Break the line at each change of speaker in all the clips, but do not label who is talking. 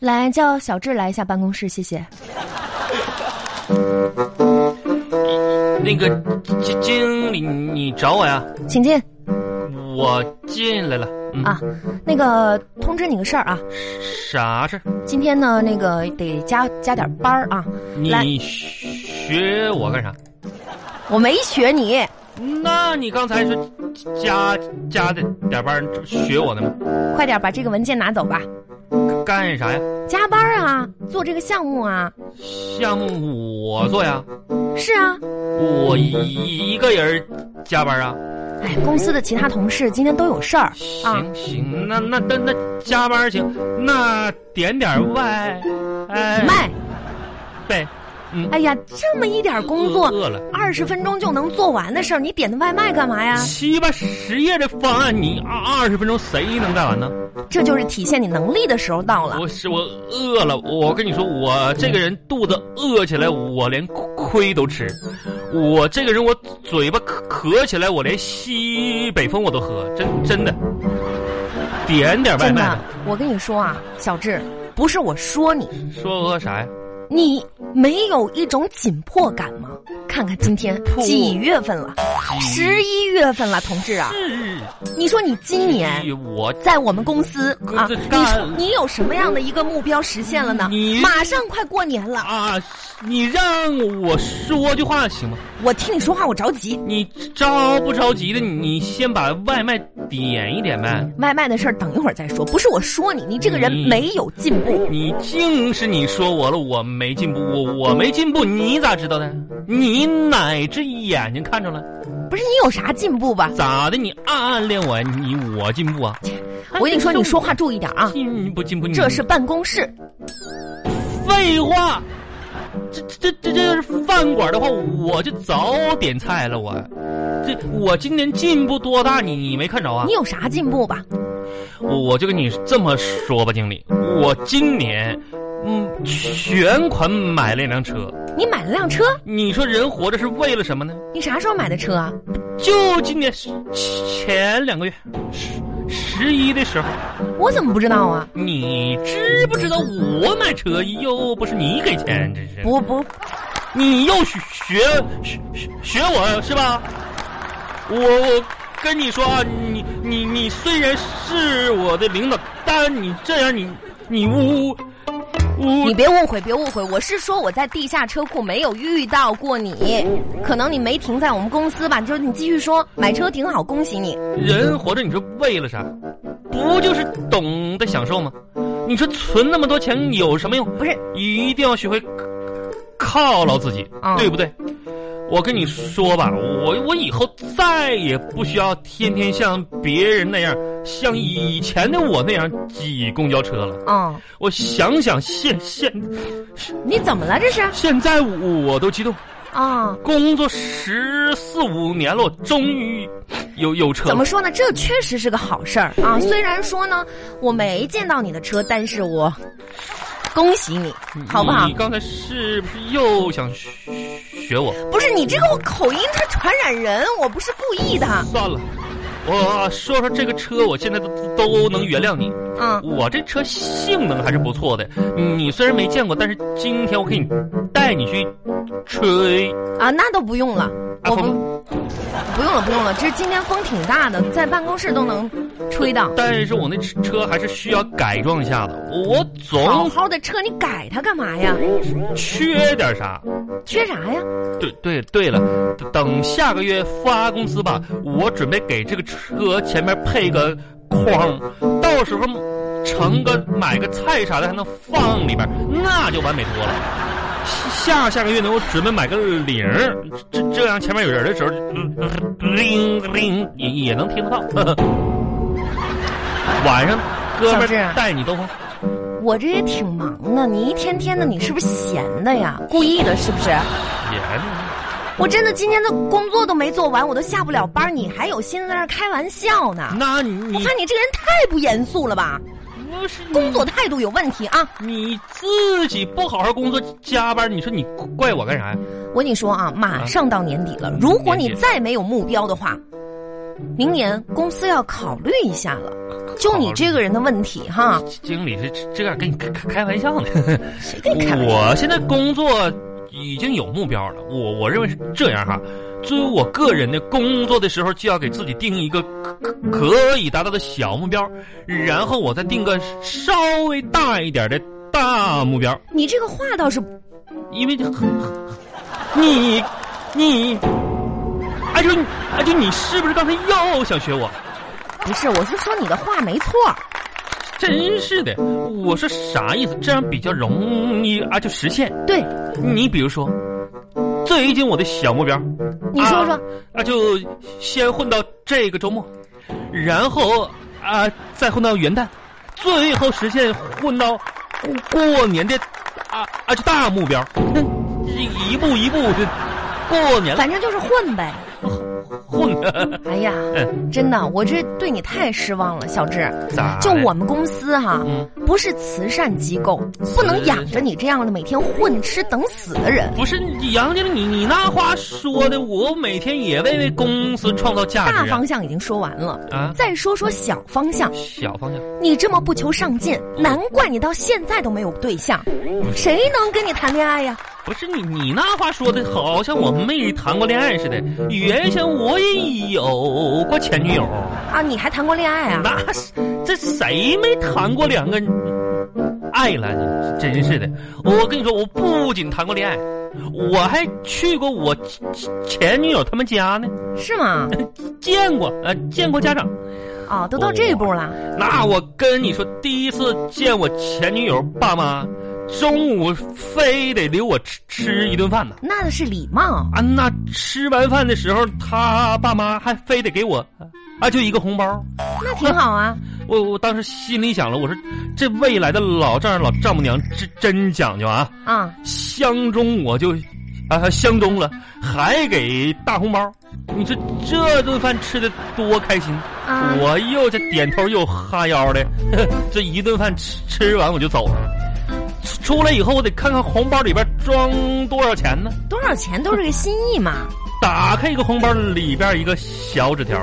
来叫小智来一下办公室，谢谢。
那个经经理，你找我呀？
请进
我进来了。嗯，
啊，那个通知你个事儿啊，
啥事儿？
今天呢那个得加加点班儿啊。来，
你学我干啥？
我没学你，
那你刚才说加加的点班儿学我呢吗？
快点把这个文件拿走吧。
干啥呀？
加班儿啊，做这个项目啊，
项目我做呀，
是啊。
我一一个人儿加班啊。
哎，公司的其他同事今天都有事儿啊。
行行，那那那那加班儿行，那点点儿外哎
卖，
呗。嗯，
哎呀，这么一点工作，
饿了。
二十分钟就能做完的事儿，你点的外卖干嘛呀？
七八十页的方案，你二二十分钟谁能干完呢？
这就是体现你能力的时候到了。
我是我饿了，我跟你说，我这个人肚子饿起来，我连亏都吃；我这个人，我嘴巴渴渴起来，我连西北风我都喝，真真的。点点外
真
卖
的
吧，，
我跟你说啊，小智，不是我说你，
说我啥呀？
你没有一种紧迫感吗？看看今 天
迫
几月份了，十一月份了，同志啊，你说你今年
是，我
在我们公司
哥
啊，
哎这
你
干
说你有什么样的一个目标实现了呢
你？
马上快过年了，
啊，你让我说句话行吗？
我听你说话我着急，
你着不着急的？你先把外卖点一点呗。
外卖的事儿等一会儿再说，不是我说你，你这个人
你
没有进步。
你竟是你说我了，我没进步，我我没进步，你咋知道的？你哪只眼睛看着了？
不是你有啥进步吧？
咋的？你暗恋我呀？你我进步啊？
我跟你说，你说话注意点啊，
进不进步？你嗯
这是办公室，
废话。这这这这要是饭馆的话，我就早点菜了。我这我今年进步多大？你你没看着啊
你？有啥进步吧？
我我就跟你这么说吧，经理，我今年嗯全款买了一辆车。
你买了辆车，
你说人活着是为了什么呢？
你啥时候买的车啊？
就今年十前两个月，十十一的时候，
我怎么不知道啊？
你知不知道我买车又不是你给钱，真是
不不，
你又学学学学我是吧？我我跟你说啊，你你你虽然是我的领导，但你这样你你污污
你别误会，别误会，我是说我在地下车库没有遇到过你，可能你没停在我们公司吧？就是你继续说，买车挺好，恭喜你。
人活着，你说为了啥？不就是懂得享受吗？你说存那么多钱有什么用？
不是，
一定要学会犒劳自己，
嗯
对不对？我跟你说吧，我我以后再也不需要天天像别人那样，像以前的我那样挤公交车了。
嗯，
我想想现现
你怎么了这是？
现在我都激动，
啊、
工作十四五年了，我终于有有车
怎
了
么。说呢？这确实是个好事儿啊。虽然说呢，我没见到你的车，但是我恭喜你，好不好
嗯你？刚才是不是又想学我？
不是你这个口音，它传染人，我不是故意的。
算了，我说说这个车，我现在都都能原谅你。
嗯，
我这车性能还是不错的，你虽然没见过，但是今天我给你带你去吹。
啊，那都不用了，我不
风
不用了，不用了。这今天风挺大的，在办公室都能吹到。
但是我那车还是需要改装一下子，我
好
总
好的车，你改它干嘛呀？
缺点啥。
缺啥呀？
对对对了，等下个月发工资吧，我准备给这个车前面配个框，到时候盛个买个菜啥的还能放里边，那就完美多了。下下个月呢，我准备买个铃儿，这这样前面有人的时候，嗯铃铃也也能听得到。 呵呵晚上哥们
小志
儿带你兜风，
我这也挺忙的，你一天天的，你是不是闲的呀？故意的，是不是？
也
我真的今天的工作都没做完，我都下不了班，你还有心思在那儿开玩笑呢？
那
我
你嗯
看你这个人太不严肃了吧，
不是你
工作态度有问题啊！
你自己不好好工作加班，你说你怪我干啥呀？
我跟你说啊，马上到年底了，如果你再没有目标的话，明年公司要考虑一下了。就你这个人的问题哈，
经理是这样跟你开开玩笑呢。
谁跟 你开玩笑？
我现在工作已经有目标了，我我认为是这样哈。作为我个人的工作的时候，就要给自己定一个可可以达到的小目标，然后我再定个稍微大一点的大目标，
你这个话倒是，
因为这很你你，哎就哎就你是不是刚才又想学我？
不是，我是说你的话没错。
真是的，我说啥意思？这样比较容易啊，就实现。
对，
你比如说，最近我的小目标，
你说说
啊，啊就先混到这个周末，然后啊再混到元旦，最后实现混到过过年的啊啊就大目标。那一步一步就过年了，
反正就是混呗。
混 的。
哎呀，
嗯
真的，我这对你太失望了，小志。
咋的？
就我们公司哈、
嗯
不是慈善机构，不能养着你这样的每天混吃等死的人。
不是杨经理，你你那话说的，我每天也为为公司创造价值、啊。
大方向已经说完了，
啊，
再说说小方向。
小方向，
你这么不求上进，难怪你到现在都没有对象，
嗯
谁能跟你谈恋爱呀？
不是你你那话说的，好像我没谈过恋爱似的。原先我也有过前女友，
啊，你还谈过恋爱啊？
那是这谁没谈过两个爱了？真是的，我跟你说，我不仅谈过恋爱，我还去过我前前女友他们家呢，
是吗？
见过呃见过家长。
啊，都到这一步了，
那我跟你说，第一次见我前女友爸妈，中午非得留我吃吃一顿饭呢。
那是礼貌。
啊，那吃完饭的时候，他爸妈还非得给我，啊，就一个红包。
那挺好 啊。
我我当时心里想了，我说这未来的老丈人老丈母娘真真讲究啊，
啊，
相中我就，啊相中了，还给大红包。你说这顿饭吃的多开心！
啊
我又这点头又哈腰的， 这一顿饭吃吃完我就走了。出出来以后，我得看看红包里边装多少钱呢？
多少钱都是个心意嘛。
打开一个红包，里边一个小纸条，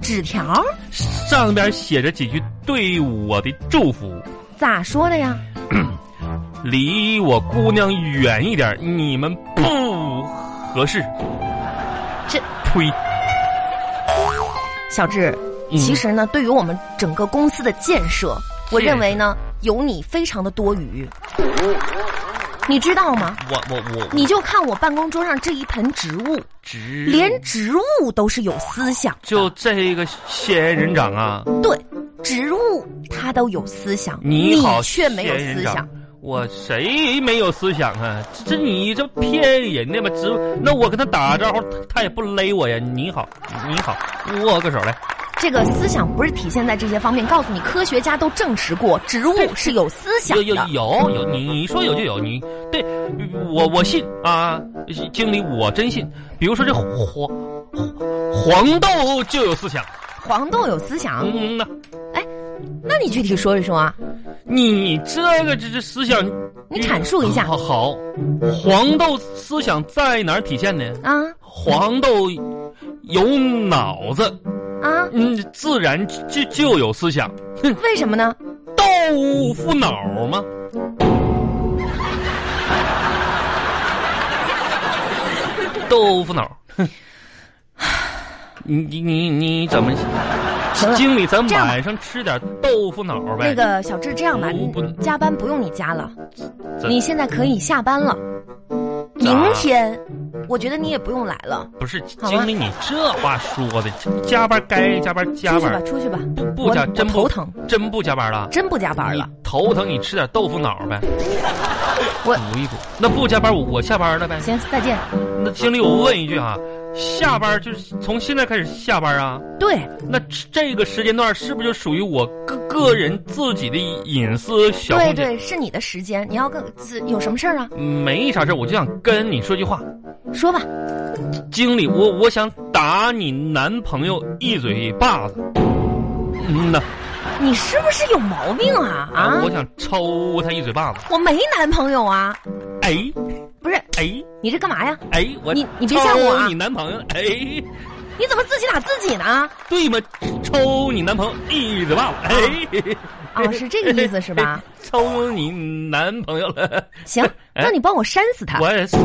纸条
上边写着几句对我的祝福：
咋说的呀？
离我姑娘远一点，你们不合适。
这
呸！
小志，
嗯
其实呢，对于我们整个公司的建设，我认为呢，有你非常的多余。你知道吗？
我我我
你就看我办公桌上这一盆植物，
直
连植物都是有思想。
就这个仙人掌啊，
对，植物它都有思想，
你好，
却没有思想。。
我谁没有思想啊？这这你这骗人的吧？植物那我跟他打招呼，他他也不勒我呀。你好，你好，握个手来。
这个思想不是体现在这些方面。告诉你，科学家都证实过，植物是有思想
有有
的。
有有，你你说有就有，你对我我信啊，经理我真信。比如说这黄黄黄豆就有思想，
黄豆有思想，
嗯呐，
那你具体说一说啊？
你这个这这思想，
你阐述一下
好好，黄豆思想在哪儿体现呢？
啊
黄豆有脑子，
啊？
嗯，自然就就有思想。
为什么呢？
豆腐脑吗？ 豆腐脑， 哼你你你你怎么？
行了
经理，咱
这样吧
晚上吃点豆腐脑
那
呗。
个小志，这样吧，
不不
你加班不用你加了，
这
你现在可以下班了。明天，我觉得你也不用来了，
不是
好吧
经理，你这话说的，加班该加班加
出去吧，
班，
出去吧，
不不
我
加
我
真
头
不
疼，
真不加班了。
真不加班
你
了。
头疼，你吃点豆腐脑呗，
我
补一补。那不加班，我我下班了呗。
行，再见。
那经理，我问一句哈，下班就是从现在开始下班啊？
对，
那这这个时间段是不是就属于我个个人自己的隐私小
对
空间？
对，是你的时间，你要跟自有什么事儿啊？
没啥事儿我就想跟你说句话，
说吧，
经理，我我想打你男朋友一嘴巴子。嗯呐，
你是不是有毛病啊？啊，
我想抽他一嘴巴子。
我没男朋友啊，
哎
不是
哎
你这干嘛呀？
哎，我
你你别吓我啊
抽你男朋友哎
你怎么自己打自己呢？
对吗？抽你男朋友一嘴巴！哎，
哦是这个意思是吧？
抽你男朋友了，哎
行，那你帮我扇死他。
我也是。